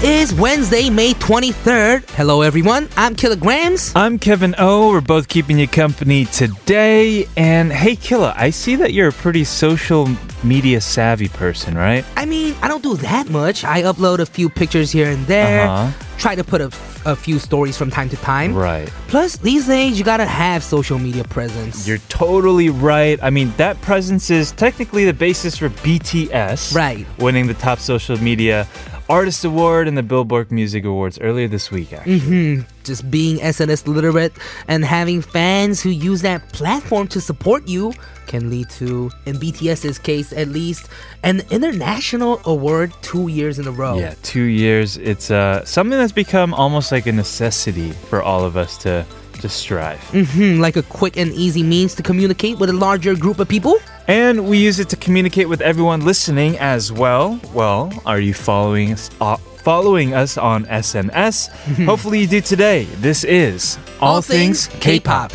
is Wednesday, May 23rd. Hello, everyone. I'm Kilograms. I'm Kevin O. We're both keeping you company today. And hey, Killa, I see that you're a pretty social media savvy person, right? I mean, I don't do that much. I upload a few pictures here and there, Uh-huh. try to put a, a few stories from time to time. Right. Plus, these days, you gotta have social media presence. You're totally right. I mean, that presence is technically the basis for BTS Right. winning the top social media artist award and the Billboard Music Awards earlier this week, actually. Just being SNS literate and having fans who use that platform to support you can lead to, in BTS's case at least, an international award two years in a row. Yeah, two years. It's uh, something that's become almost like a necessity for all of us to just strive. Hmm, like a quick and easy means to communicate with a larger group of people? And we use it to communicate with everyone listening as well. Well, are you following us? Uh, following us on SNS? Hopefully you do today. This is All, Things K-pop.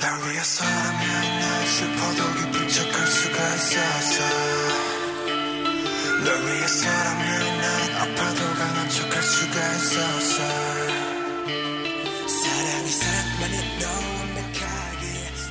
날 위해 사랑했나 싶어도 기쁜 척할 수가 있었어 널 위해 사랑했나 아파도 강한 척할 수가 있었어 사랑이 사랑만이 너무 완벽하게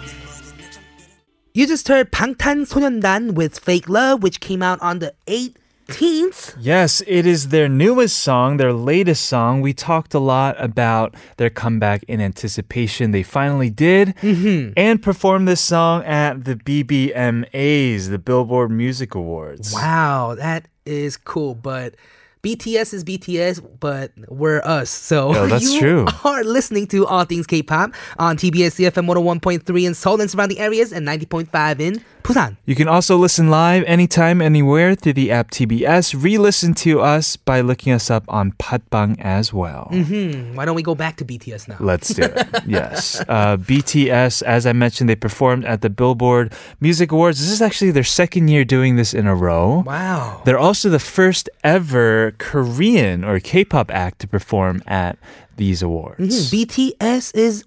내 모든 내 잠들은 You just heard 방탄소년단 with Fake Love, which came out on the 18th. Yes, it is their newest song, their latest song. We talked a lot about their comeback in anticipation. They finally did and performed this song at the BBMAs, the Billboard Music Awards. Wow, that is cool, but BTS is BTS, but we're us. So Oh, that's you true. are listening to All Things K-pop on TBS CFM 101.3 in Seoul and surrounding areas and 90.5 in Busan. You can also listen live anytime, anywhere through the app TBS. Re listen to us by looking us up on Patbang as well. Why don't we go back to BTS now? Let's do it. yes. Uh, BTS, as I mentioned, they performed at the Billboard Music Awards. This is actually their second year doing this in a row. Wow. They're also the first ever Korean or K pop act to perform at these Hmm, awards. Mm-hmm. BTS is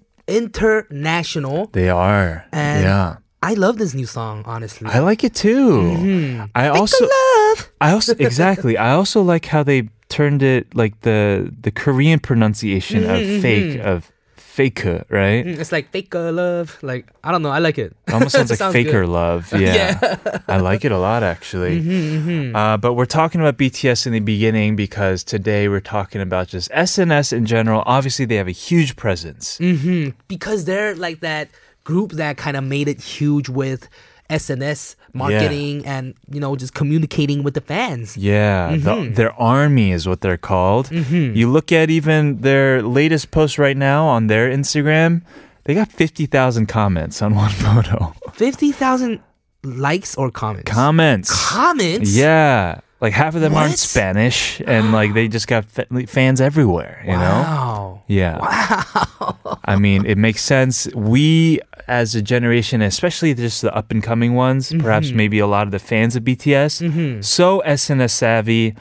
international. They are. And yeah. I love this new song, honestly. I like it too. I also love. I also exactly. I also like how they turned it like the the Korean pronunciation Mm-hmm, of fake of faker, right? It's like faker love. Like I don't know. I like it. Almost sounds like Sounds faker good. love. Yeah, I like it a lot actually. Mm-hmm, Uh, but we're talking about BTS in the beginning because today we're talking about just SNS in general. Obviously, they have a huge presence. Mm-hmm. because they're like that group that kind of made it huge with SNS marketing and you know just communicating with the fans. Yeah, Mm-hmm. the, their army is what they're called. You look at even their latest post right now on their Instagram. They got 50,000 comments on one photo. Fifty thousand likes or comments. Comments. comments. Yeah. Like half of them What? aren't Spanish and like they just got fa- like, fans everywhere, you know? Wow. Yeah. Wow. I mean, it makes sense. We as a generation, especially just the up and coming ones, Mm-hmm. perhaps maybe a lot of the fans of BTS, so SNS savvy,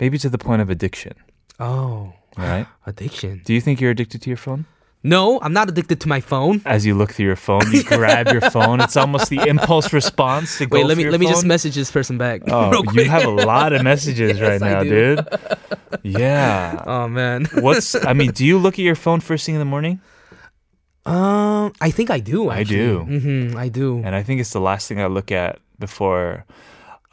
maybe to the point of addiction, Oh, right? addiction. Do you think you're addicted to your phone? No, I'm not addicted to my phone. As you look through your phone, you grab your phone. It's almost the impulse response to go Wait, let me for your let me just phone. message this person back real Oh, quick. you have a lot of messages right I now, do. dude. Yeah. Oh man. What's I mean, do you look at your phone first thing in the morning? Um, I think I do. I Actually. do. Mm-hmm, I do. And I think it's the last thing I look at before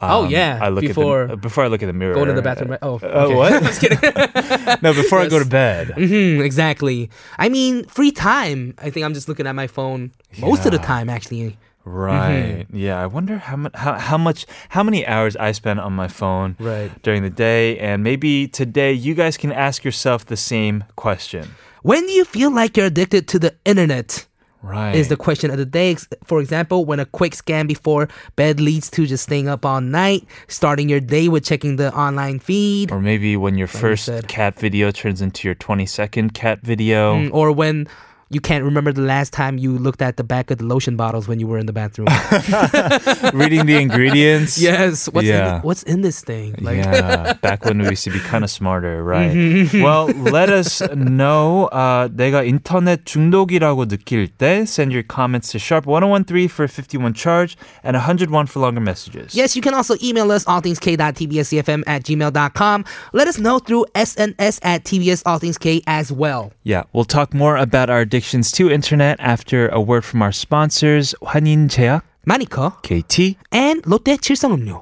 Oh, um, yeah, I look before- at the, before I look in the mirror. Go to the bathroom. right- Oh, Uh, okay. what? Just kidding. No, before I go Yes. to bed. Hmm, exactly. I mean, free time. I think I'm just looking at my phone most of the time, actually. Right. Mm-hmm. Yeah, I wonder how much how, how much how many hours I spend on my phone Right. during the day and maybe today you guys can ask yourself the same question. When do you feel like you're addicted to the internet? Right. Is the question of the day. Ex- For example, when a quick scan before bed leads to just staying up all night, starting your day with checking the online feed, or maybe when your first said. cat video turns into your 20 second cat video. Mm, or when You can't remember the last time you looked at the back of the lotion bottles when you were in the bathroom. Reading the ingredients. yes. What's in Yeah. it? what's in this thing? Like yeah, back when we used to be kind of smarter, right? well, let us know. Uh, 내가 인터넷 중독이라고 느낄 때, send your comments to sharp 1013 for 51 charge and 101 for longer messages. Yes, you can also email us allthingsk.tbscfm at gmail.com. Let us know through SNS at TBS All Things K as well. Yeah, we'll talk more about our addictions to internet after a word from our sponsors, 환인제약, Manico KT. and Lotte 칠성음료.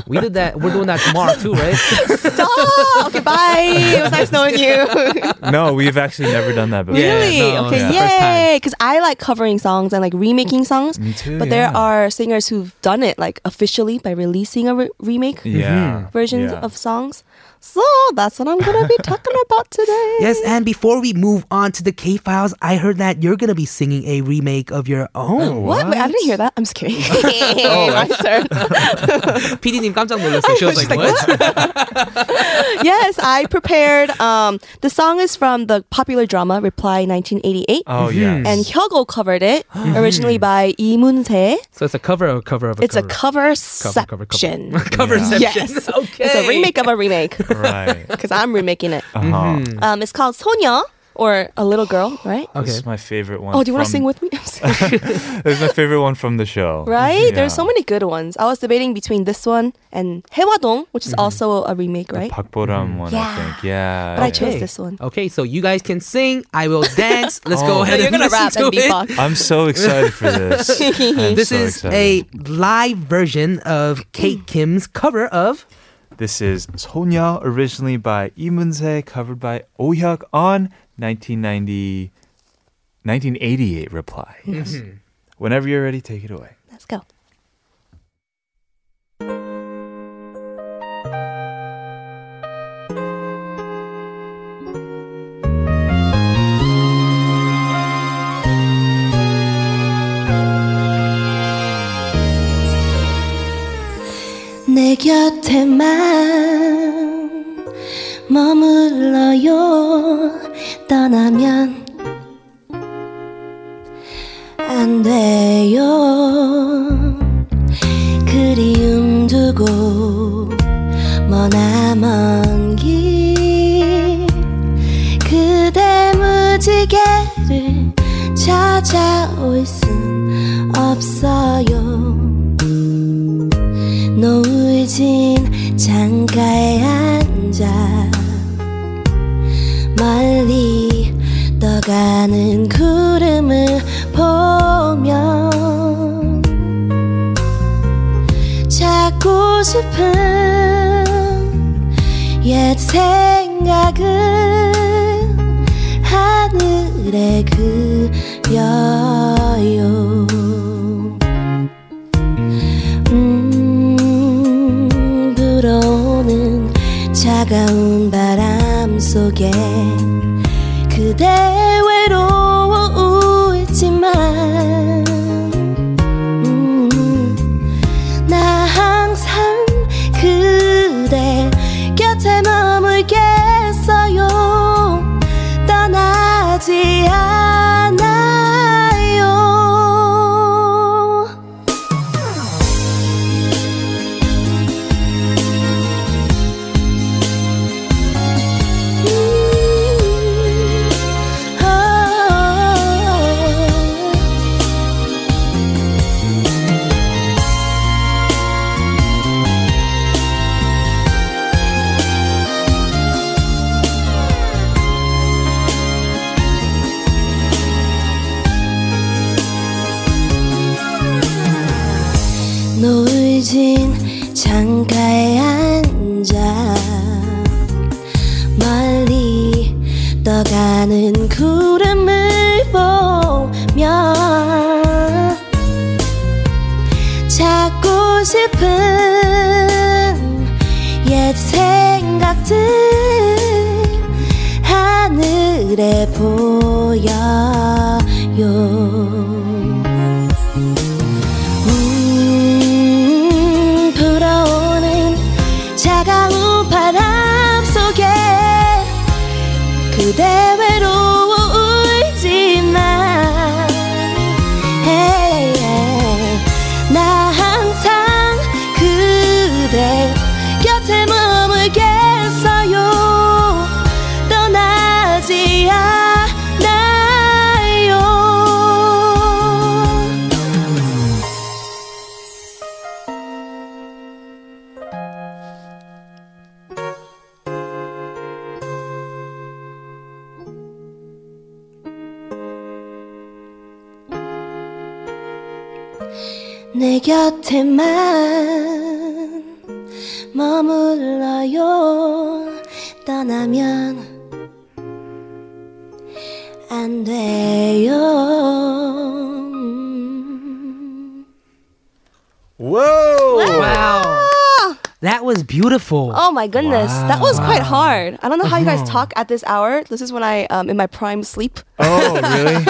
We did that. We're doing that tomorrow, too, right? stop! Okay, bye. It was nice knowing you. No, we've actually never done that before. Yeah, really? no, okay, yeah. First time. yay! Because I like covering songs and like remaking songs. Me too. But yeah. there are singers who've done it like officially by releasing a re- remake yeah versions yeah. of songs. So that's what I'm gonna be talking about today. Yes, and before we move on to the K Files, I heard that you're going to be singing a remake of your own. What? Wait, I didn't hear that. I'm just kidding. Oh, My turn. PD님 깜짝 놀랐어요. She was like, what? yes, I prepared. Um, the song is from the popular drama Reply 1988, Um, Oh yeah. and Hyogo covered it originally by Lee Moon Se. so it's a cover of a cover of a It's a cover. cover cover, cover. section. Coverception. Yes. Okay. It's a remake of a remake right. because I'm remaking it. Uh-huh. Mm. Um, it's called Sonya or a little girl, right? This Okay. is my favorite one. Oh, do you want to from- sing with me? I'm sorry. This is my favorite one from the show. right? Yeah. There's so mmany good ones. I was debating between this one and Haewadong, which is Mm-hmm. also a remake, right? Park Mm. Bo-ram one, I think. Yeah. But I yeah. chose this one. Okay, Oh, so you guys can sing. I will dance. Let's Oh. go So ahead you're and gonna listen rap to and it. beatbox. I'm so excited for this. I'm This so is excited. a live version of Kate Kim's cover of This is Sonya, originally by Imunse, covered by Oh Hyuk on 1990, 1988 reply. Yes. Mm-hmm. Whenever you're ready, take it away. Let's go. 내 곁에만 머물러요 떠나면 안 돼요 그리움 두고 머나먼 길 그대 무지개를 찾아올 순 없어요 노을진 창가에 앉아 멀리 떠가는 구름을 보며 찾고 싶은 옛 생각은 하늘에 그려요 음, 불어오는 차가운 바람 속에 그대 외로워 울지만 음, 나 항상 그대 곁에 머물겠어요 떠나지 않아요 음, 아. 노을진 창가에 앉아 멀리 떠가는 구름을 보며 찾고 싶은 옛 생각들 하늘에 보여요 음, 불어오는 차가운 바람 속에 그대 외로워 울지만 hey, yeah. 나 항상 그대 곁에 머물겠어요 떠나지 않아요 내 곁에만 머물러요 떠나면 안 돼요 Whoa! Wow. That was beautiful. Oh my goodness, that was quite hard. I don't know how you guys Uh-huh. talk at this hour. This is when I um in my prime sleep. Oh, really?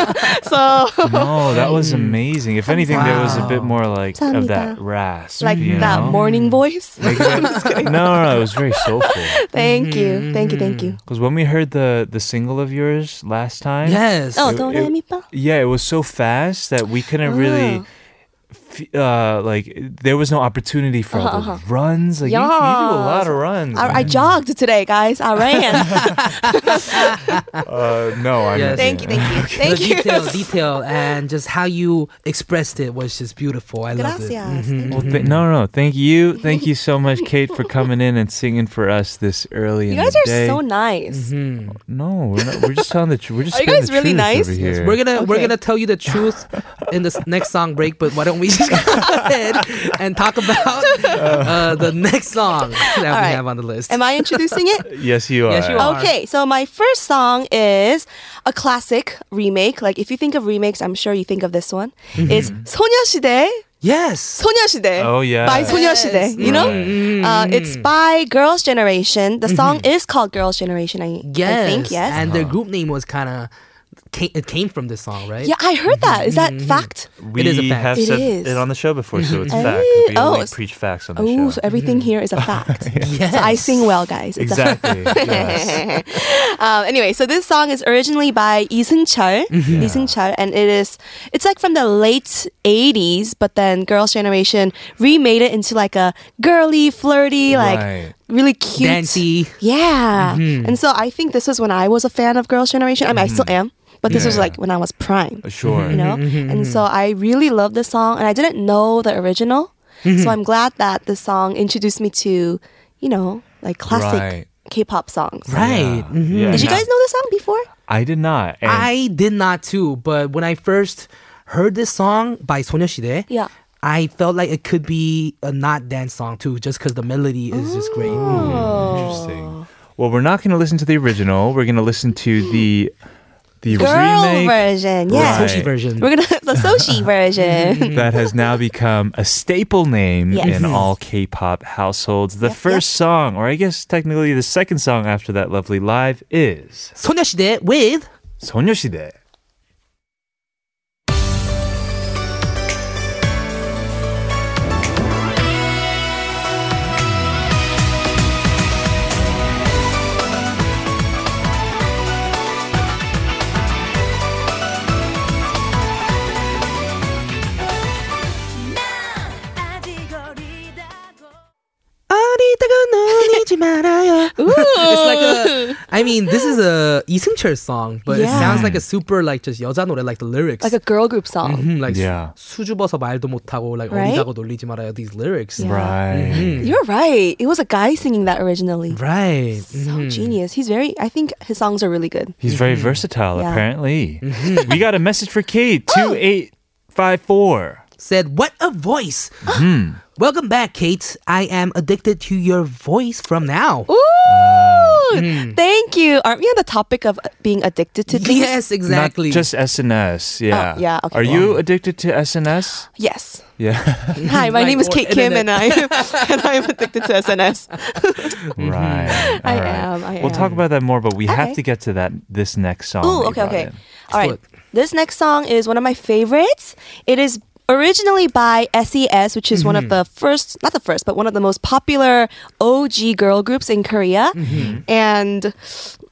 So No, that was Mm. amazing. If anything, there was a bit more like of that 감사합니다. rasp. like you that know? morning voice. no, Mm-hmm. no, no, it was very soulful. thank you, thank you, thank you. Because when we heard the the single of yours last time, Yes. Oh, It- don't it- let me pa. yeah, it was so fast that we couldn't really. f- Uh, like there was no opportunity for all the runs. Like you, you do a lot of runs. I, I man. jogged today, guys. I ran. Uh, no, I Yes. meant thank you, thank you, it. the thank you. detail, detail, and just how you expressed it was just beautiful. I love Gracias. it. Well, th- no, no, thank you, thank you so much, Kate, for coming in and singing for us this early You in guys the are day. Mm-hmm. so nice. no, we're, not, we're just telling the truth. We're just Are you guys telling the really truth nice? over Yes, here. We're gonna we're Okay. gonna tell you the truth in the s- next song break, but why don't we just go ahead and talk about uh, the next song that we right. have on the list? Am I introducing it? yes, you are. Yes, you are. Okay, so my first song is a classic remake. Like if you think of remakes, I'm sure you think of this one. Mm-hmm. It's 소녀시대, yes. 소녀시대. Oh, yeah. By 소녀시대, you know? Right. Mm-hmm. Uh, it's by Girls' Generation. The song is called Girls' Generation, I, Yes. I think, yes. And their group name was kind of it Mm-hmm. came from this song, right? yeah, I heard that. Is that fact? We It is a fact. have It said is. it on the show before, so it's fact. Eh, We oh, only s- preach facts on the Oh, so show. everything here Mm-hmm. is a fact. Yes. So I sing well, guys. It's a Exactly. yes. um, anyway, so this song is originally by Lee Seung-chul, Mm-hmm. Lee Seung-chul, and it is it's like from the late '80s, but then Girls' Generation remade it into like a girly, flirty, Right. Mm-hmm. like really cute, Dancy. Yeah, and so I think this was when I was a fan of Girls' Generation. I mean, I still am, but this was Mm-hmm. Yeah. Oh, like when I was prime Sure. Mm-hmm. you know? And so I really love this song, and I didn't know the original. Mm-hmm. So I'm glad that this song introduced me to, you know, like classic Right. K-pop songs. Right. Yeah. Yeah, Did you no, guys know this song before? I did not. And I did not too, but when I first heard this song by 소녀시대, Yeah. I felt like it could be a not dance song too, just because the melody is just great. Oh. Mm. Interesting. Well, we're not going to listen to the original. We're going to listen to the the girl remake version. Yeah. Right. Soshi version. We're gonna the Soshi Mm-hmm. version. that has now become a staple name Yes. in all K-pop households. The first song, or I guess technically the second song after that lovely live, is 소녀시대 with 소녀시대. 어리다고 눈 잊지 말아요. it's like a, I mean, this is a 이승철 song, but it Yeah. sounds like a super like just 여자 노래, like the lyrics. like a girl group song. Mhm, like Yeah. 수, 수줍어서 말도 못하고 like Right? 어리다고 놀리지 말아요. These lyrics. Yeah. Mm-hmm. Right. You're right. It was a guy singing that originally. Right. Mm-hmm. So genius. He's very. I think his songs are really good. He's very versatile, Mm-hmm. Yeah. Mm-hmm. Oh. apparently. we got a message for Kate, 2854. Said what a voice. Welcome back, Kate. I am addicted to your voice from now. Ooh, Mm-hmm. Mm-hmm. thank you. Aren't we on the topic of being addicted to things? Yes, exactly. Not just SNS, yeah. Oh, yeah, okay, Are you well. addicted to SNS? Yes. Yeah. Hi, my Like, name is or Kate Kim, and internet. I and I am addicted to SNS. right. Mm-hmm. I all right. am, I We'll talk am. about that more, but we have Okay. to get to that this next song. Ooh, that you okay, brought okay. in. All do right. it. This next song is one of my favorites. It is originally by SES, which is one Mm-hmm. of the first, not the first, but one of the most popular OG girl groups in Korea. Mm-hmm. And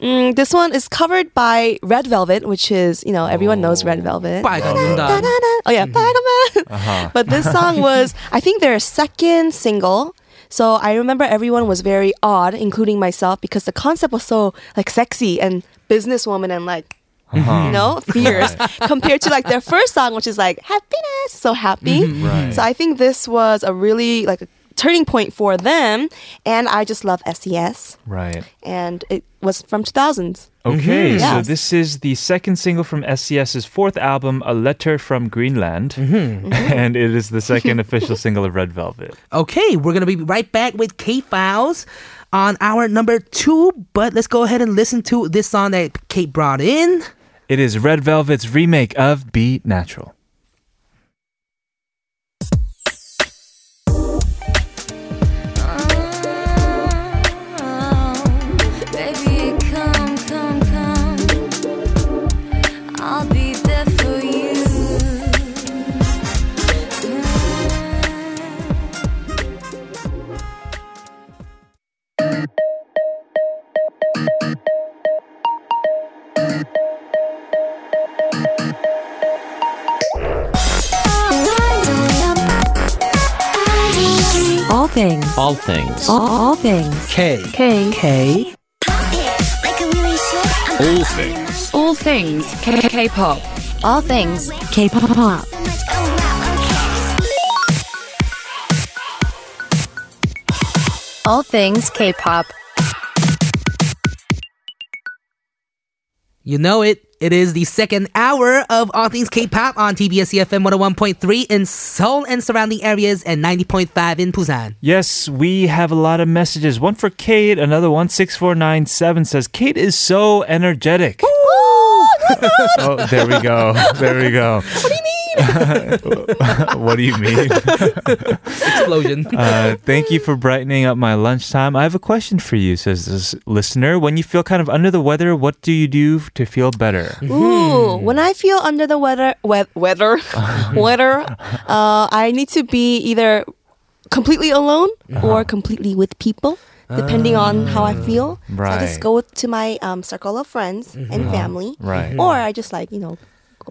mm, this one is covered by Red Velvet, which is, you know, everyone knows Oh. Red Velvet. 빨간 Da, 눈다. da, da. Oh yeah, Spider-Man. But this song was, I think, their second single. So I remember everyone was very awed, including myself, because the concept was so like sexy and businesswoman and like. You know, fierce compared to like their first song, which is like happiness, so happy. Right. So I think this was a really like a turning point for them, and I just love SES, Right. and it was from 2000s. Okay, so Mm-hmm. Yes. this is the second single from SCS's fourth album, A Letter from Greenland. Mm-hmm. And it is the second official single of Red Velvet. Okay, we're gonna be right back with K Files on our number two, but let's go ahead and listen to this song that Kate brought in. It is Red Velvet's remake of Be Natural. Baby, come, come, come. I'll be there for you. All things. All things. All, all things. K. K. K. All things. All things. K. K-pop. All things. K-pop. oh All things K-pop. You know it. It is the second hour of All Things K-pop on TBS EFM 101.3 in Seoul and surrounding areas and 90.5 in Busan. Yes, we have a lot of messages. One for Kate, another one six four nine seven says Kate is so energetic. oh, there we go. There we go. What do you mean? what do you mean? Explosion. Uh, thank you for brightening up my lunchtime. I have a question for you, says this listener. When you feel kind of under the weather, what do you do to feel better? Ooh, Hmm. when I feel under the weather, we- weather, weather, uh, I need to be either completely alone Uh-huh. or completely with people, depending on how I feel. So I right. Mm-hmm. Uh-huh. just go with- to my um, circle of friends and family, Right. or I just like you know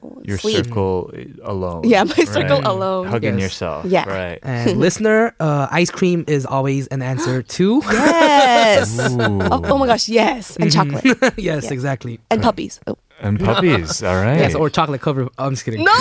go Your sleep. circle uh, alone. Yeah, my circle right? alone. Hugging Yes. yourself. Yeah. Right. and listener, uh, ice cream is always an answer too. Yes. Ooh. Mm-hmm. Oh, oh my gosh, yes, and chocolate yes, Yeah. exactly. and puppies. Oh. And puppies. All right. Yes, or chocolate cover. I'm just kidding. No,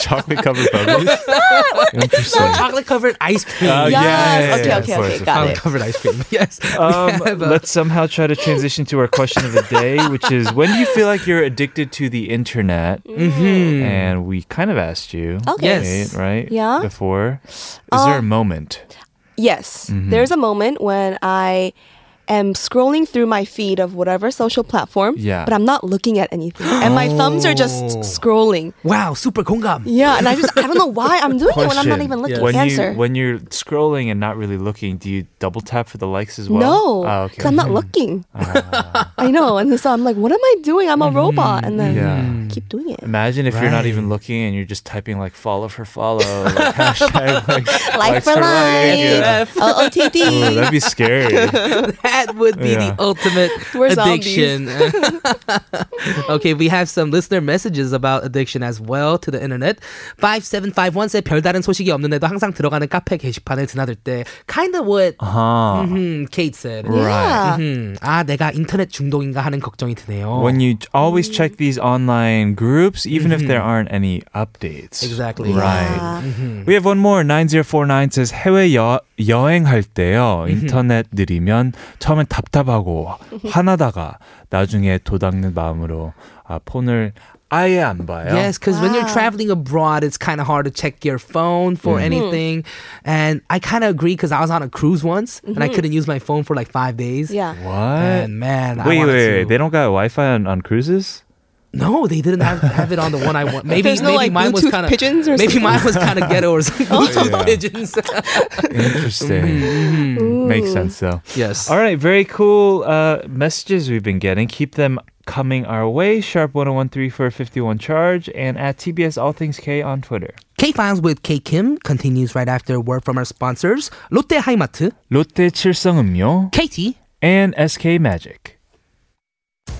chocolate covered puppies. Interesting. Chocolate covered ice cream. Oh, Yes. yeah, yeah, Okay, yeah, okay, of course, okay, of got course. Chocolate covered ice cream. Yes. we Um, have, uh, let's somehow try to transition to our question of the day, which is when do you feel like you're addicted to the internet? Mm-hmm. And we kind of asked you, Okay. Yes. right, right? Oh, Yeah. Um, Before, is there a moment? Mm-hmm. Yes, there's a moment when I am scrolling through my feed of whatever social platform, Yeah. Oh. but I'm not looking at anything. And my thumbs are just scrolling. Wow, super 공감. Yeah, and I just I don't know why I'm doing it when oh, I'm not Question. even looking. When Answer. you when you're scrolling and not really looking, do you double tap for the likes as well? no, Oh, because okay. Ah. I'm not looking. I know, and so I'm like, what am I doing? I'm a robot, and then Mm-hmm. Yeah. Mm-hmm. keep doing it. Imagine if you're not even looking and you're just typing like follow for follow, like hashtag like, Like likes for like. Yeah. life, Ooh, LOTD. that'd be scary. That would be Yeah. the ultimate We're addiction. okay, we have some listener messages about addiction as well to the internet. 5751 said 별다른 소식이 없는데도 항상 들어가는 카페 게시판을 드나들 때 kind of what huh. hmm, Kate said. Yeah. Mm-hmm. 음, 아 내가 인터넷 중독인가 하는 걱정이 드네요. When you j- always check these online groups, even if there aren't any Mm-hmm. updates. Exactly. Ah. Mm-hmm. Right. We have one more. 9049 says 해외 여, 여행할 때요. Mm-hmm. 인터넷 느리면 처음엔 답답하고 화나다가 나중에 도닥는 마음으로 아, 폰을 아예 안 봐요. Yes, because when you're traveling abroad, it's kind of hard to check your phone for Mm-hmm. anything. And I kind of agree because I was on a cruise once and I couldn't use my phone for like five days. Mm-hmm. Yeah. What? And man, I wait, wanted wait, to. They don't got Wi-Fi on, on cruises? No, they didn't have, have it on the one I want. Maybe There's maybe no, like, mine was Bluetooth kind of pigeons or maybe something? Oh, mine was kind of ghetto or something. Bluetooth pigeons. Interesting. Makes sense though. yes. All right, very cool uh, messages we've been getting. Keep them coming our way. Sharp 1013 for 51 charge and at TBS All Things K on Twitter. K Files with K Kim continues right after a word from our sponsors Lotte Haimat, 롯데 칠성음료 KT, and SK Magic.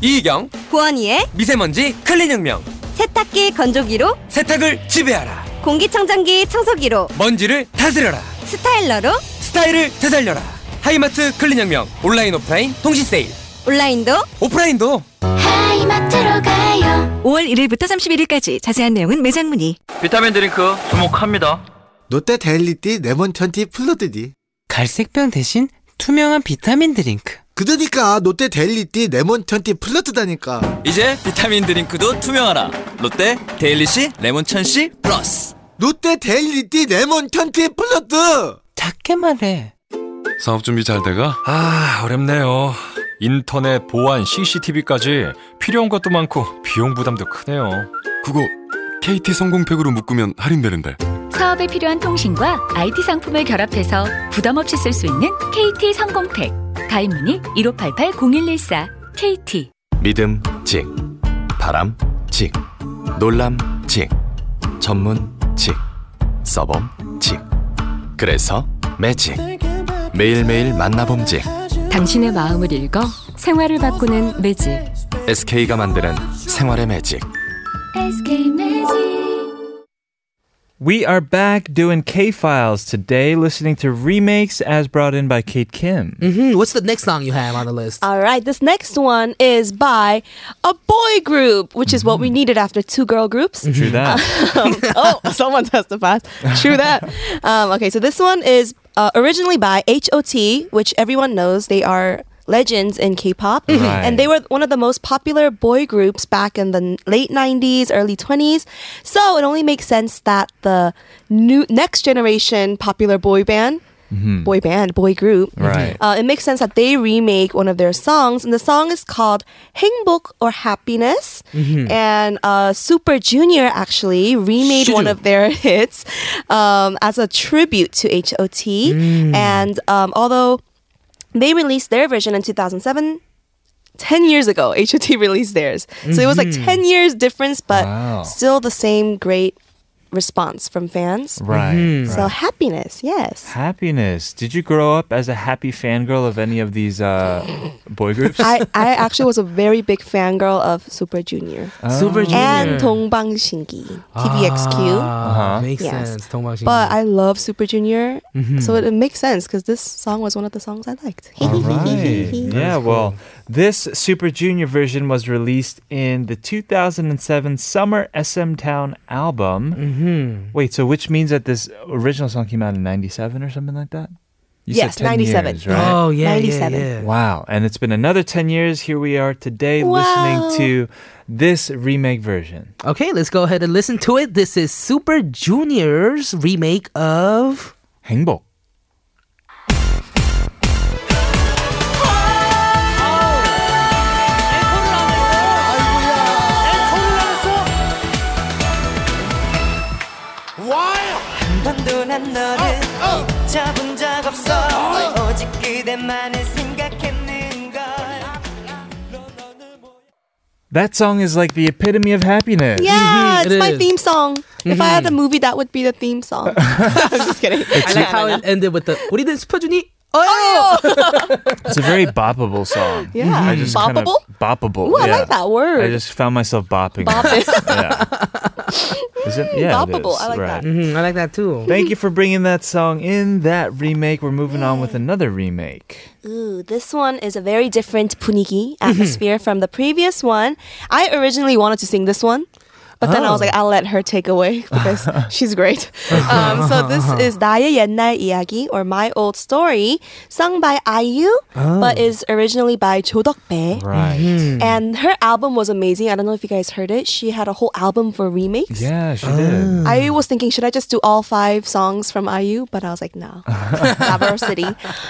이경 구원이의 미세먼지 클린혁명 세탁기 건조기로 세탁을 지배하라 공기청정기 청소기로 먼지를 다스려라 스타일러로 스타일을 되살려라 하이마트 클린혁명 온라인 오프라인 통신 세일 온라인도 오프라인도 하이마트로 가요 5월 1일부터 31일까지 자세한 내용은 매장 문의. 비타민 드링크 주목합니다. 롯데 데일리티 레몬천티 플러드디 갈색병 대신 투명한 비타민 드링크 그러니까 롯데 데일리티 레몬천티 플러드다니까 이제 비타민 드링크도 투명하라 롯데 데일리시 레몬천시 플러스 롯데 데일리티 레몬천티 플러드 작게만 해 사업 준비 잘 돼가? 아, 어렵네요. 인터넷 보안 CCTV까지 필요한 것도 많고 비용 부담도 크네요. 그거 KT 성공팩으로 묶으면 할인되는데. 사업에 필요한 통신과 IT 상품을 결합해서 부담 없이 쓸 수 있는 KT 성공팩. 가입 문의 1588-0114 KT. 믿음 직, 바람 직, 놀람 직, 전문 직, 서범 직. 그래서 매직. 매일매일 만나봄 직. 당신의 마음을 읽어 생활을 바꾸는 매직. SK가 만드는 생활의 매직. SK 매직 We are back doing K Files today, listening to remakes as brought in by Kate Kim. hmm What's the next song you have on the list? All right, this next one is by a boy group, which is what we needed after two girl groups. True that. oh, someone testifies. True that. Um, okay, so this one is uh, originally by HOT, which everyone knows they are legends in K-pop, Right. and they were one of the most popular boy groups back in the n- late '90s, early '20s. So it only makes sense that the new next generation popular boy band. Boy band, boy group. Right. Uh, it makes sense that they remake one of their songs, and the song is called "행복" or "Happiness." And uh, Super Junior actually remade one Shoo. of their hits um, as a tribute to HOT. And um, although they released their version in 2007, 10 years ago, HOT released theirs. So it was like 10 years difference, but Wow. still the same great response from fans. right. So happiness, yes. Mm-hmm. Happiness. Did you grow up as a happy fangirl of any of these uh, boy groups? I, I actually was a very big fangirl of Super Junior Uh, Oh. Super Junior. and Dongbang Shingi, TVXQ. Ah, Makes Yes. sense. 동방신기. But I love Super Junior, so it, it makes sense because this song was one of the songs I liked. All right. yeah, well, this Super Junior version was released in the 2007 Summer SM Town album. Mm-hmm. Wait, so which means that this original song came out in 97 or something like that? You Yes, 97. years, right? oh yeah, yeah, 97. yeah. Wow. And it's been another 10 years. Here we are today Wow. listening to this remake version. Okay, let's go ahead and listen to it. This is Super Junior's remake of 행복. 행복해 오직 그대만을 생각했는 걸 That song is like the epitome of happiness. Yeah, Mhm, it's it my is. theme song. If I had a movie, that would be the theme song. I'm just kidding. Oh, I like how it ended with the 우리는 스파주니 It's a very boppable song. Yeah. I just kinda- Boppable? Boppable. Ooh, I yeah. like that word. I just found myself bopping. Bop it. yeah. Is it? Yeah. it Boppable. is, I like right. that. Mm, I like that too. Thank you for bringing that song in. That remake. We're moving on with another remake. Ooh, this one is a very different punigi Mm-hmm. atmosphere from the previous one. I originally wanted to sing this one, but then I was Oh. like, I'll let her take away because she's great. Um, so this Uh-huh. is 나의 옛날 이야기 or My Old Story, sung by IU, but is originally by Jo Dokbae. Oh. Right. And her album was amazing. I don't know if you guys heard it. She had a whole album for remakes. Yeah, she did. I was thinking, should I just do all five songs from IU? But I was like, no, diversity.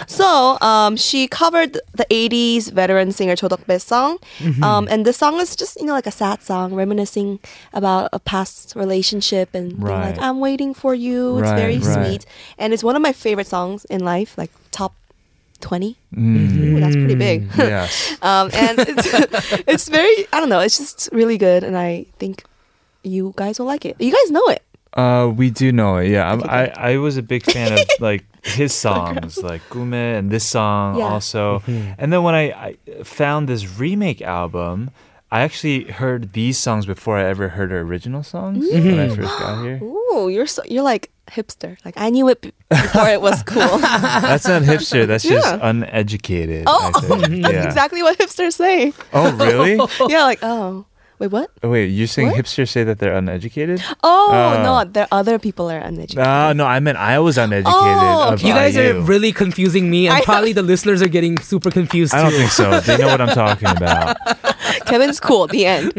So um, she covered the 80s veteran singer Cho Dokbae's song, Mm-hmm. um, and the song is just you know like a sad song, reminiscing about a past relationship and being Right. like, I'm waiting for you. It's Right, very right. sweet, and it's one of my favorite songs in life, like top 20. Mm-hmm. Ooh, that's pretty big. Yes. Um, and it's, it's very, I don't know, it's just really good, and I think you guys will like it. You guys know it. Uh, we do know it. Yeah, I'm, I I was a big fan of like his songs, like Gume and this song Yeah. Mm-hmm. also. And then when I, I found this remake album, I actually heard these songs before I ever heard her original songs when Mm. I first got here. Ooh, you're so you're like hipster. Like I knew it b- before it was cool. That's not hipster. That's just Yeah. uneducated. Oh, I think. That's yeah. exactly what hipsters say. Oh, really? Yeah, like oh, wait, what? Wait, you're saying What? hipsters say that they're uneducated? Oh Uh. no, there other people are uneducated. Uh, no, I meant I was uneducated. Oh, of okay. You guys are IU. really confusing me, and I- probably the listeners are getting super confused I don't too. think so. They know what I'm talking about. Kevin's cool. The end.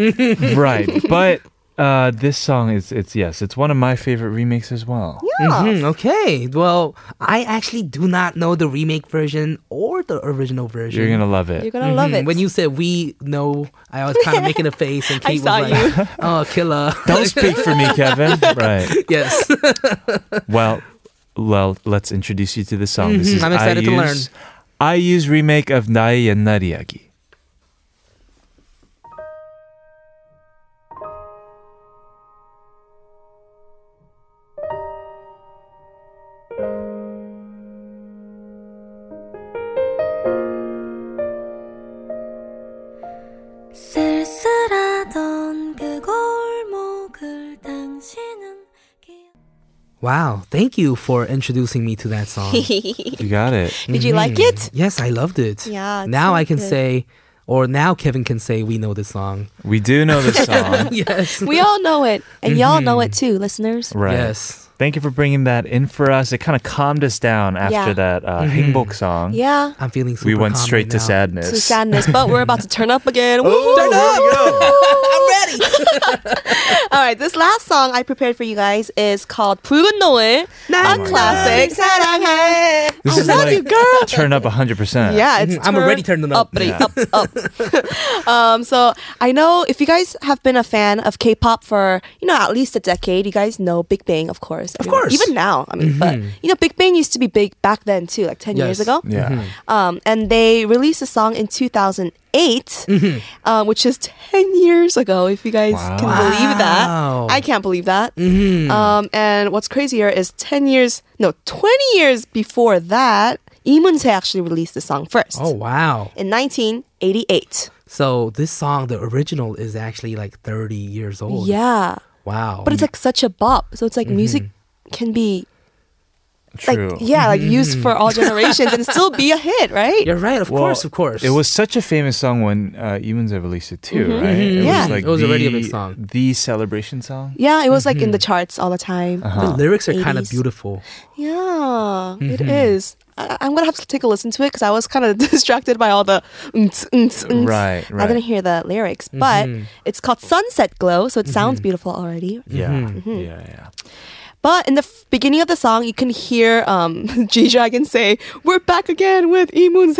right but uh this song is it's yes it's one of my favorite remakes as well Mhm, okay, well, I actually do not know the remake version or the original version. you're gonna love it You're gonna love Mhm, it. When you said we know, I was kind of making a face, and I Kate was saw like, "Oh, killer." don't speak for me kevin right yes. well well let's introduce you to the song this Mhm, is I'm excited to learn. IU's- IU's remake of 나의 옛날 이야기 쓸쓸하던 그 골목을 당신은 Wow, thank you for introducing me to that song. Mm-hmm. Did you got it you like it? yes, I loved it. Yeah, it's Now so I can good. say, or now Kevin can say, we know this song. we do know this song yes. We all know it, and y'all know it too, listeners. right Yes. thank you for bringing that in for us it kind of calmed us down after Yeah. that uh 행복 song Yeah. I'm feeling Mm-hmm. super we went calm straight right to now. sadness To sadness, but we're about to turn up again. Woo! Turn I'm ready. All right, this last song I prepared for you guys is called 붉은 노을, 난 a classic. 사랑해. This I is love like you, girl. turn up 100%. Yeah, it's Mhm, I'm already turning up. uppity, up, up, um, so I know if you guys have been a fan of K-pop for you know at least a decade, you guys know Big Bang, of course. Of course. Mm-hmm. even now. I mean, but you know, Big Bang used to be big back then too, like ten years Yes. ago. Yeah. Mm-hmm. Um, and they released a song in 2008, uh, which is 10 years ago, if you guys can believe Mm-hmm. Wow. Mm-hmm. that. I can't believe that. Um, and what's crazier is 10 years, no, 20 years before that, Imunse actually released the song first Oh wow! in 1988. So this song, the original, is actually like 30 years old. Yeah. Wow. But it's like such a bop. So it's like Mm-hmm. music can be. Like, True. yeah, like used for all generations and still be a hit, right? Mm-hmm. you're right. Of Well, course, of course. It was such a famous song when uh, Emunza released it too, right? It Mm-hmm. Yeah. was like It was the, already a big song. The celebration song. yeah, it was like Mm-hmm. in the charts all the time. The lyrics are kind of 80s. beautiful. Yeah, it Mm-hmm. is. I, I'm gonna have to take a listen to it because I was kind of distracted by all the ns, ns, ns. Right, right. I Mm-hmm. didn't hear the lyrics, Mm-hmm. but it's called Sunset Glow, so it sounds beautiful already. Yeah. Yeah, yeah. But in the f- beginning of the song, you can hear um, G Dragon say, "We're back again with Imunse."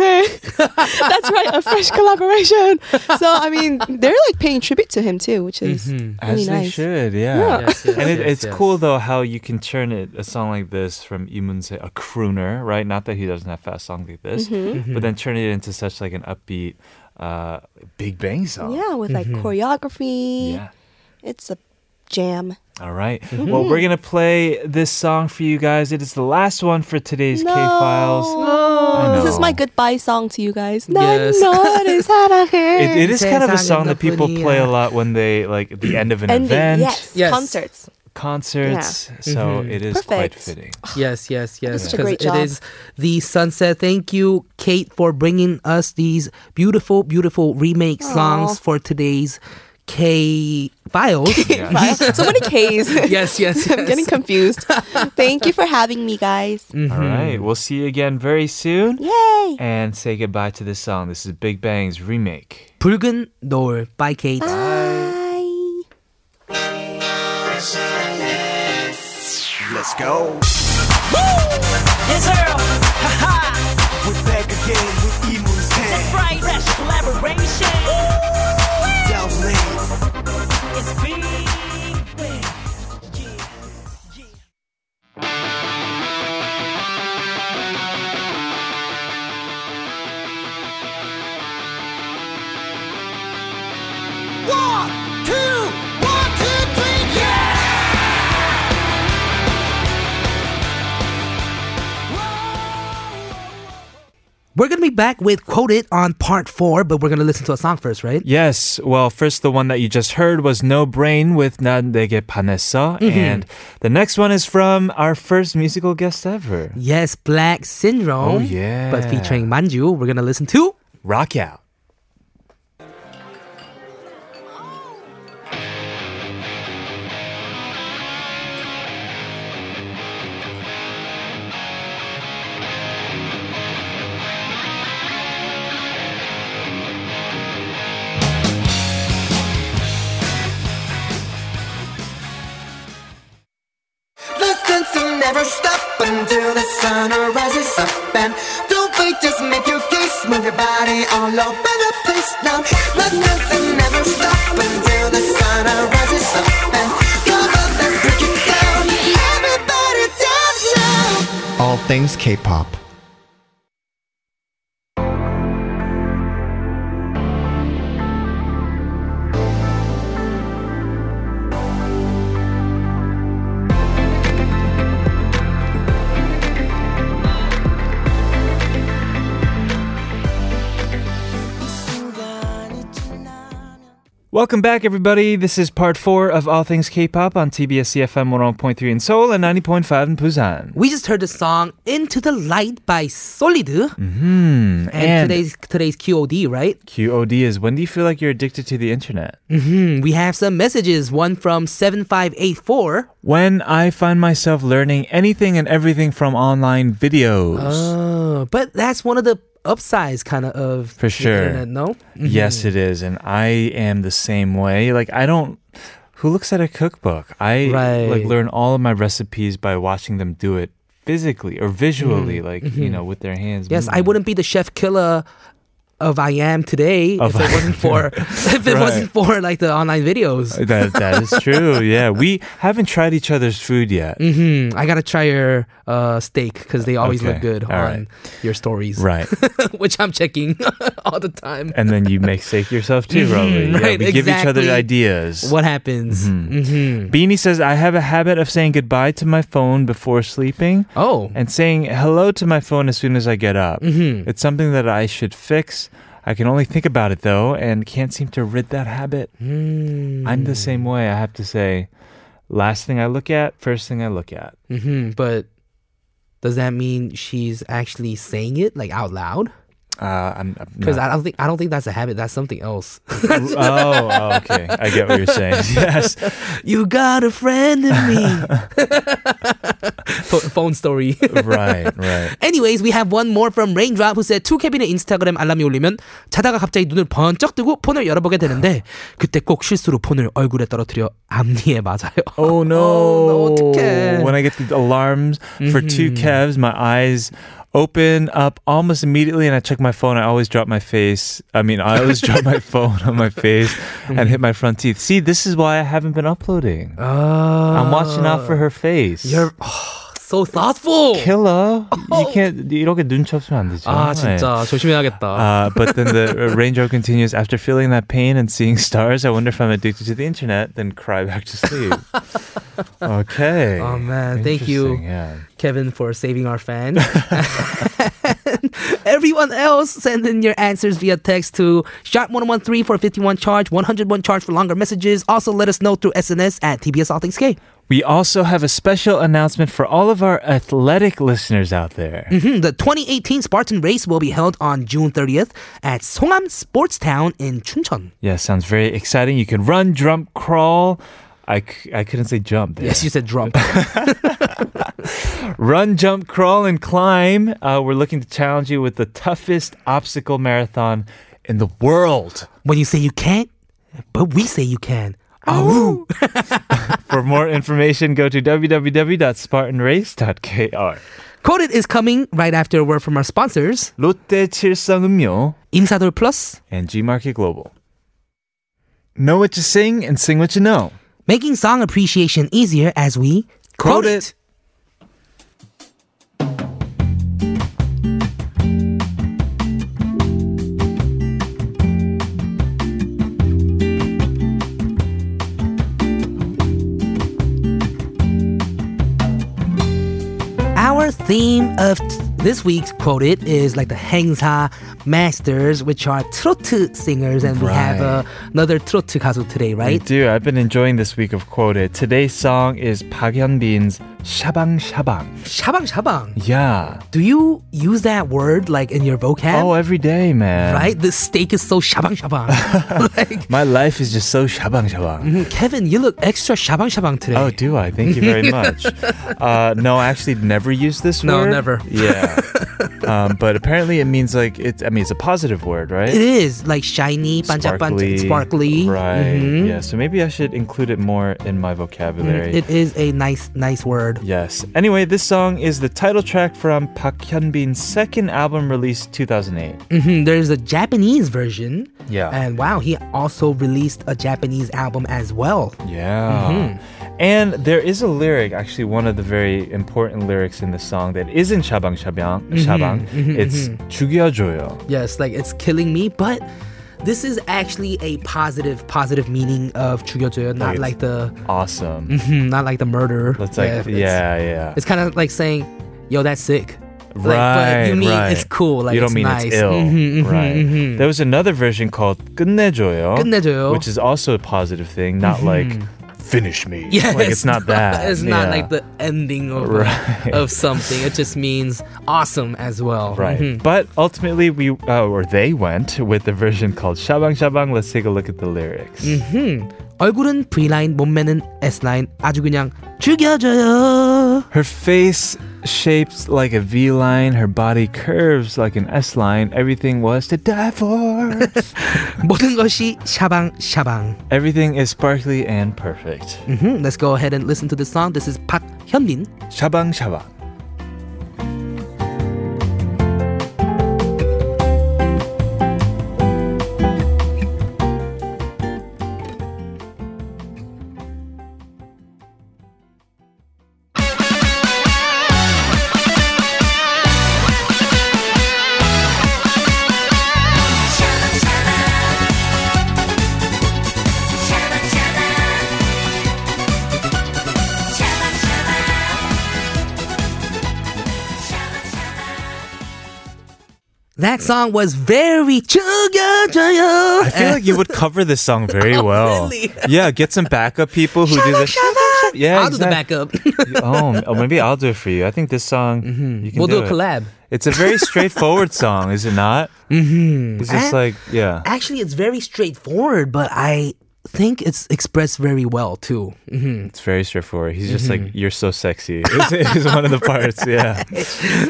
That's right, a fresh collaboration. So I mean, they're like paying tribute to him too, which is really Mm-hmm. As they nice. should, Yeah. yeah. Yes, yes, and it, yes, it's yes. cool though how you can turn it a song like this from Imunse, a crooner, right? Not that he doesn't have fast songs like this, Mm-hmm. Mm-hmm. but then turn it into such like an upbeat uh, Big Bang song. Yeah, with like choreography, Mm-hmm. Yeah. it's a jam. All right. Mm-hmm. Well, we're gonna play this song for you guys. It is the last one for today's K Files. I This is know. my goodbye song to you guys. Yes. 난 너를 사랑해. It, it is kind of a 세상은 song that people 너뿐이야. play a lot when they like at the end of an Ending, event, yes. Yes. Concerts. concerts. So Mm-hmm. it is quite Perfect. fitting. Yes, yes, yes. such a Because great it job. is the sunset. Thank you, Kate, for bringing us these beautiful, beautiful remake songs for today's K files. Wow, so many K's. Yes, yes, I'm getting confused. Thank you for having me, guys. Mm-hmm. All right. We'll see you again very soon. Yay! and say goodbye to this song. This is Big Bang's remake. 붉은 노을 by Kate. Bye. Let's go. Woo! Yes, Earl. Ha ha. We're back again with Emu's head. That's right. Fresh collaboration. Woo! It's big. Bang. Yeah. Yeah. One, two, one, two, three, yeah! We're gonna be back with quoted on part four, but we're gonna listen to a song first, right? Yes. Well, first the one that you just heard was No Brain with 난 내게 반했어. And the next one is from our first musical guest ever. Yes, Black Syndrome. Oh, yeah. But featuring Manju, we're gonna listen to. Rock out. Listen to never stop until the sun rises up and don't wait, just make your case, move your body all over the place now. Listen to never stop until the sun rises up and come on, let's break it down. Everybody dance now. All things K-pop. Welcome back, everybody. This is part four of All Things K-pop on TBS CFM 101.3 in Seoul and 90.5 in Busan. We just heard the song "Into the Light" by Solid, Hmm. and, today's today's QOD, right? QOD is when do you feel like you're addicted to the internet? Hmm, we have some messages. One from seven five eight four. When I find myself learning anything and everything from online videos. Oh, but that's one of the upsides, kind of of the For sure. internet, no, Mm-hmm. Yes, it is. And I am the same way. Like, I don't. Who looks at a cookbook? I Right. like learn all of my recipes by watching them do it physically or visually, like you know, with their hands. Mm-hmm. Mm. yes, I moving. wouldn't be the chef killer of I am today Of if it I wasn't for if it Right. wasn't for like the online videos. Uh, That that is true. yeah, we haven't tried each other's food yet. hmm I gotta try your uh, steak because they always look Okay, good all on right. your stories, Right, which I'm checking all the time. and then you make steak yourself too, probably. Mm-hmm. right, yeah, we give each other exactly. ideas. What happens? Mm-hmm. Mhm. Beanie says, "I have a habit of saying goodbye to my phone before sleeping." Oh, Mm-hmm. and saying hello to my phone as soon as I get up. It's something that I should fix. I can only think about it though, and can't seem to rid that habit. Mm. I'm the same way. I have to say, last thing I look at, first thing I look at. hmm but does that mean she's actually saying it like out loud? Uh, I'm, I'm Because not- I don't think I don't think that's a habit. That's something else. oh, oh, okay. I get what you're saying. Yes. You got a friend in me. pho- phone story. right, right. Anyways, we have one more from Raindrop who said 투캐빈의 인스타그램 알람이 울리면 자다가 갑자기 눈을 번쩍 뜨고 폰을 열어보게 되는데 그때 꼭 실수로 폰을 얼굴에 떨어뜨려 앞니에 맞아요. Oh no. no, 어떡해. When I get the alarms for two Kevs, my eyes open up almost immediately and I check my phone. I always drop my face. I mean, I always drop my phone on my face and hit my front teeth. See, this is why I haven't been uploading. I'm watching out for her face. Ah. You're Oh. so thoughtful. killer. You can't 이렇게 눈 쳐주면 안 되죠. 아 진짜 조심해야겠다. Uh, but then the ranger continues after feeling that pain and seeing stars. I wonder if I'm addicted to the internet, then cry back to sleep. okay. Oh, man. Thank you. Interesting, Yeah. Kevin for saving our fans. And Everyone else, send in your answers via text to shot 1013 for 51 charge, 101 charge for longer messages. Also, let us know through SNS at TBS All Things K. We also have a special announcement for all of our athletic listeners out there. Mhm, The 2018 Spartan race will be held on June 30th at Songam Sports Town in Chuncheon. Yeah, sounds very exciting. You can run, jump, crawl. I, c- I couldn't say jump. There. Yes, you said drum. Run, jump, crawl, and climb. Uh, we're looking to challenge you with the toughest obstacle marathon in the world. when you say you can't, but we say you can. Oh, For more information, go to www.spartanrace.kr. Coded is coming right after a word from our sponsors, 롯데 칠성음료 Insador Plus. and Gmarket Global. Know what you sing and sing what you know. making song appreciation easier as we quote, Quote it. it. Our theme of t- this week's quote it is like the Hengsa Masters, which are trot singers, and we have uh, another trot 가수 today, We right? do. I've been enjoying this week of Quoted. Today's song is Park Hyun-bin's Shabang Shabang. Shabang shabang. Yeah. Do you use that word like in your vocab? Oh, every day, man. right? The steak is so shabang shabang. like, My life is just so Shabang Shabang. mm, Kevin, you look extra shabang shabang today. Oh, do I? Thank you very much. uh, no, I actually never used this No, word. never. Yeah. um, but apparently it means like, it's, I mean, it's a positive word, right? It is like shiny, 반짝반짝, sparkly. Right. Mhm. Yeah. So maybe I should include it more in my vocabulary. Mm-hmm. Mm, It is a nice, nice word. yes. Anyway, this song is the title track from Park Hyun-bin's second album released 2008. Mhm, There's a Japanese version. Yeah. And wow, he also released a Japanese album as well. Yeah. And there is a lyric, actually one of the very important lyrics in the song that isn't Shabang Shabang. Mm-hmm. Shabang. It's 죽여줘요. Yes, like it's killing me, but this is actually a positive, positive meaning of 죽여줘요, not Like like the, Awesome. hmm, not like the murder. It's like, Yeah, yeah, it's- yeah. It's kind of like saying, "Yo, that's sick." Like, right. but you mean right. it's cool. Like you don't it's mean nice. it's ill. Mhm, mhm, right. mhm. There was another version called 끝내줘요, 끝내줘요. Mm-hmm. which is also a positive thing, not like finish me. Yeah, like it's not that. It's not Yeah. like the ending of, uh, Right. of something. It just means awesome as well. Right, Mhm. but ultimately we uh, or they went with the version called Shabang Shabang. Let's take a look at the lyrics. Mm-hmm. 얼굴은 V라인, 몸매는 S라인. 아주 그냥 죽여줘요. Her face shaped like a V line, her body curves like an S line. Everything was to die for. 모든 것이 샤방 샤방. Everything is sparkly and perfect. Mhm. Let's go ahead and listen to the song. This is 박현빈. 샤방 샤방. That song was very 죽여줘요. I feel like you would cover this song very Oh, well. really? Yeah, get some backup people who do this. Yeah, I'll do the exact- backup. Mm-hmm. Oh, m- oh, maybe I'll do it for you. I think this song you can we'll do do, a it. collab. It's a very straightforward song, is it not? Mm-hmm. It's just Eh? like yeah. Actually, it's very straightforward, but I think it's expressed very well too. hmm It's very straightforward. He's just Mm-hmm. like, "You're so sexy." Is, is one of the parts. Yeah.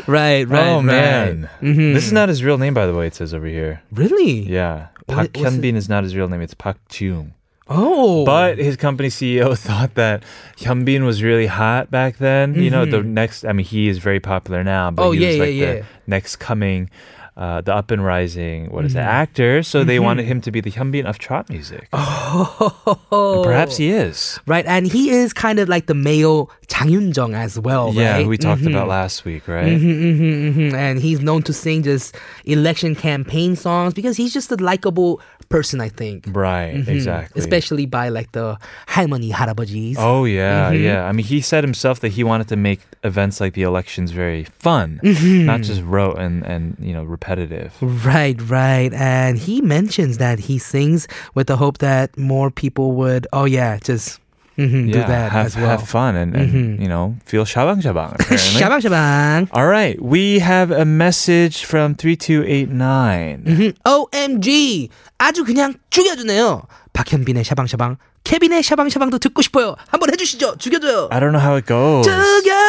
Right, right. right. oh man, Mhm. this is not his real name, by the way. It says over here. really. Yeah, What- what's Park Hyunbin is not his real name. It's Park Jung. Oh, But his company CEO thought that Hyunbin was really hot back then. You know, the next, I mean, he is very popular now, but Mm-hmm. Oh, he was yeah, like yeah, the yeah. next coming, uh, the up and rising, what is it, Mm-hmm. actor. So they wanted him to be the Hyunbin of trot music. Oh. And perhaps he is. right, and he is kind of like the male Chang Yun Jung as well. Yeah, right? Mm-hmm. we talked about last week, right? hmm hmm And he's known to sing just election campaign songs because he's just a likable person, I think. Mm. Right, exactly. Mm-hmm. Especially by like the 할머니 할아버지's. Oh yeah, Mm-hmm. yeah. I mean, he said himself that he wanted to make events like the elections very fun, Mm-hmm. not just rote and and you know repetitive. Right, right. And he mentions that he sings with the hope that more people would, oh yeah, just mhm, do yeah, that have, as well. Mm-hmm. have fun and, and you know feel shabang apparently. Shabang shabang. All right, we have a message from three two eight nine. 음, OMG 아주 그냥 죽여주네요 박현빈의 샤방샤방 케빈의 샤방샤방도 듣고 싶어요 한번 해주시죠 죽여줘요 I don't know how it goes.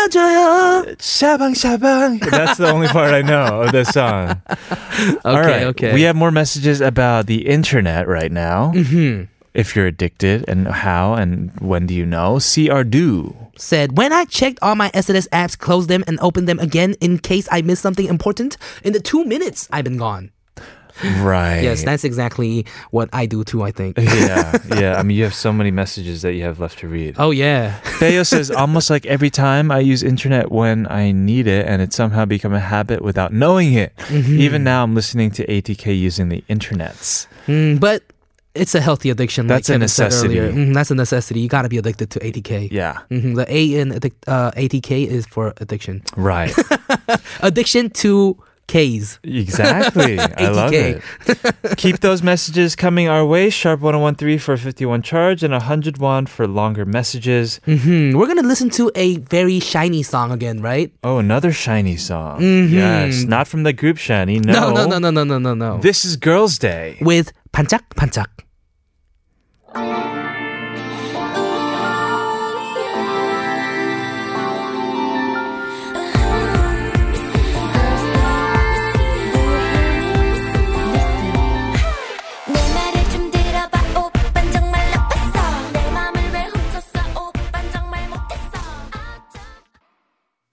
죽여줘요 Shabang shabang. That's the only part I know of this song. All right, We have more messages about the internet right now. Mm-hmm. If you're addicted and how and when do you know? CR do. said when I checked all my SNS apps closed them and opened them again in case I missed something important in the two minutes I've been gone Right. yes that's exactly what I do too I think yeah, yeah. I mean, you have so many messages that you have left to read. oh yeah Theo says, almost like every time I use internet when I need it, and it's somehow become a habit without knowing it. Even now, I'm listening to ATK using the internets. Mm, but it's a healthy addiction like That's a Kevin said necessity. earlier. Mm, that's a necessity you gotta be addicted to ATK Yeah, Mhm, the A in addic- uh, ATK is for addiction right. addiction to K's. Exactly. I love it. ATK. Keep those messages coming our way. Sharp 1013 for 51 charge and 101 for longer messages. Hmm, we're gonna listen to a very shiny song again, right? Oh, another Shiny song. Yes, not from the group Shiny. Mm-hmm. No. no, no, no, no, no, no. no. This is Girls' Day. With 반짝 반짝. 내 말을 좀 들어봐 오빤 정말 나빴어 내 맘을 왜 훔쳤어 오빤 정말 못했어 어쩜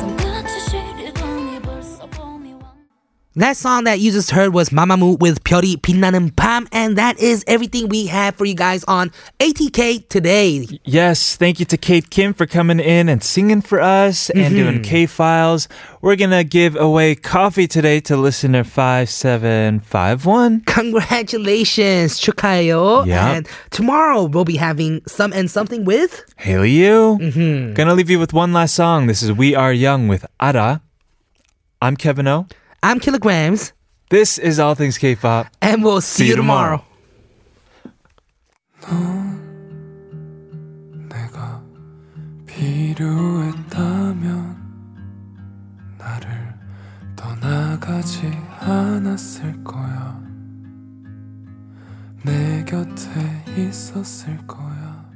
손끝이 시리더니 벌써 봄이 왔네 That song that you just heard was Mamamoo with 별이 빛나는 밤, and that is everything we have for you guys on ATK today. Yes, thank you to Kate Kim for coming in and singing for us and doing K Files. We're going to give away coffee today to listener 5751. Congratulations, 축하해요. Yeah. And tomorrow we'll be having some and something with. Haley you. Mm-hmm. Gonna leave you with one last song. This is We Are Young with Ada. I'm Kevin O. I'm Kilograms, This is All Things K-Pop. and we'll see, you tomorrow. 내가 필요했다면 나를 떠나가지 않았을 거야 내 곁에 있었을 거야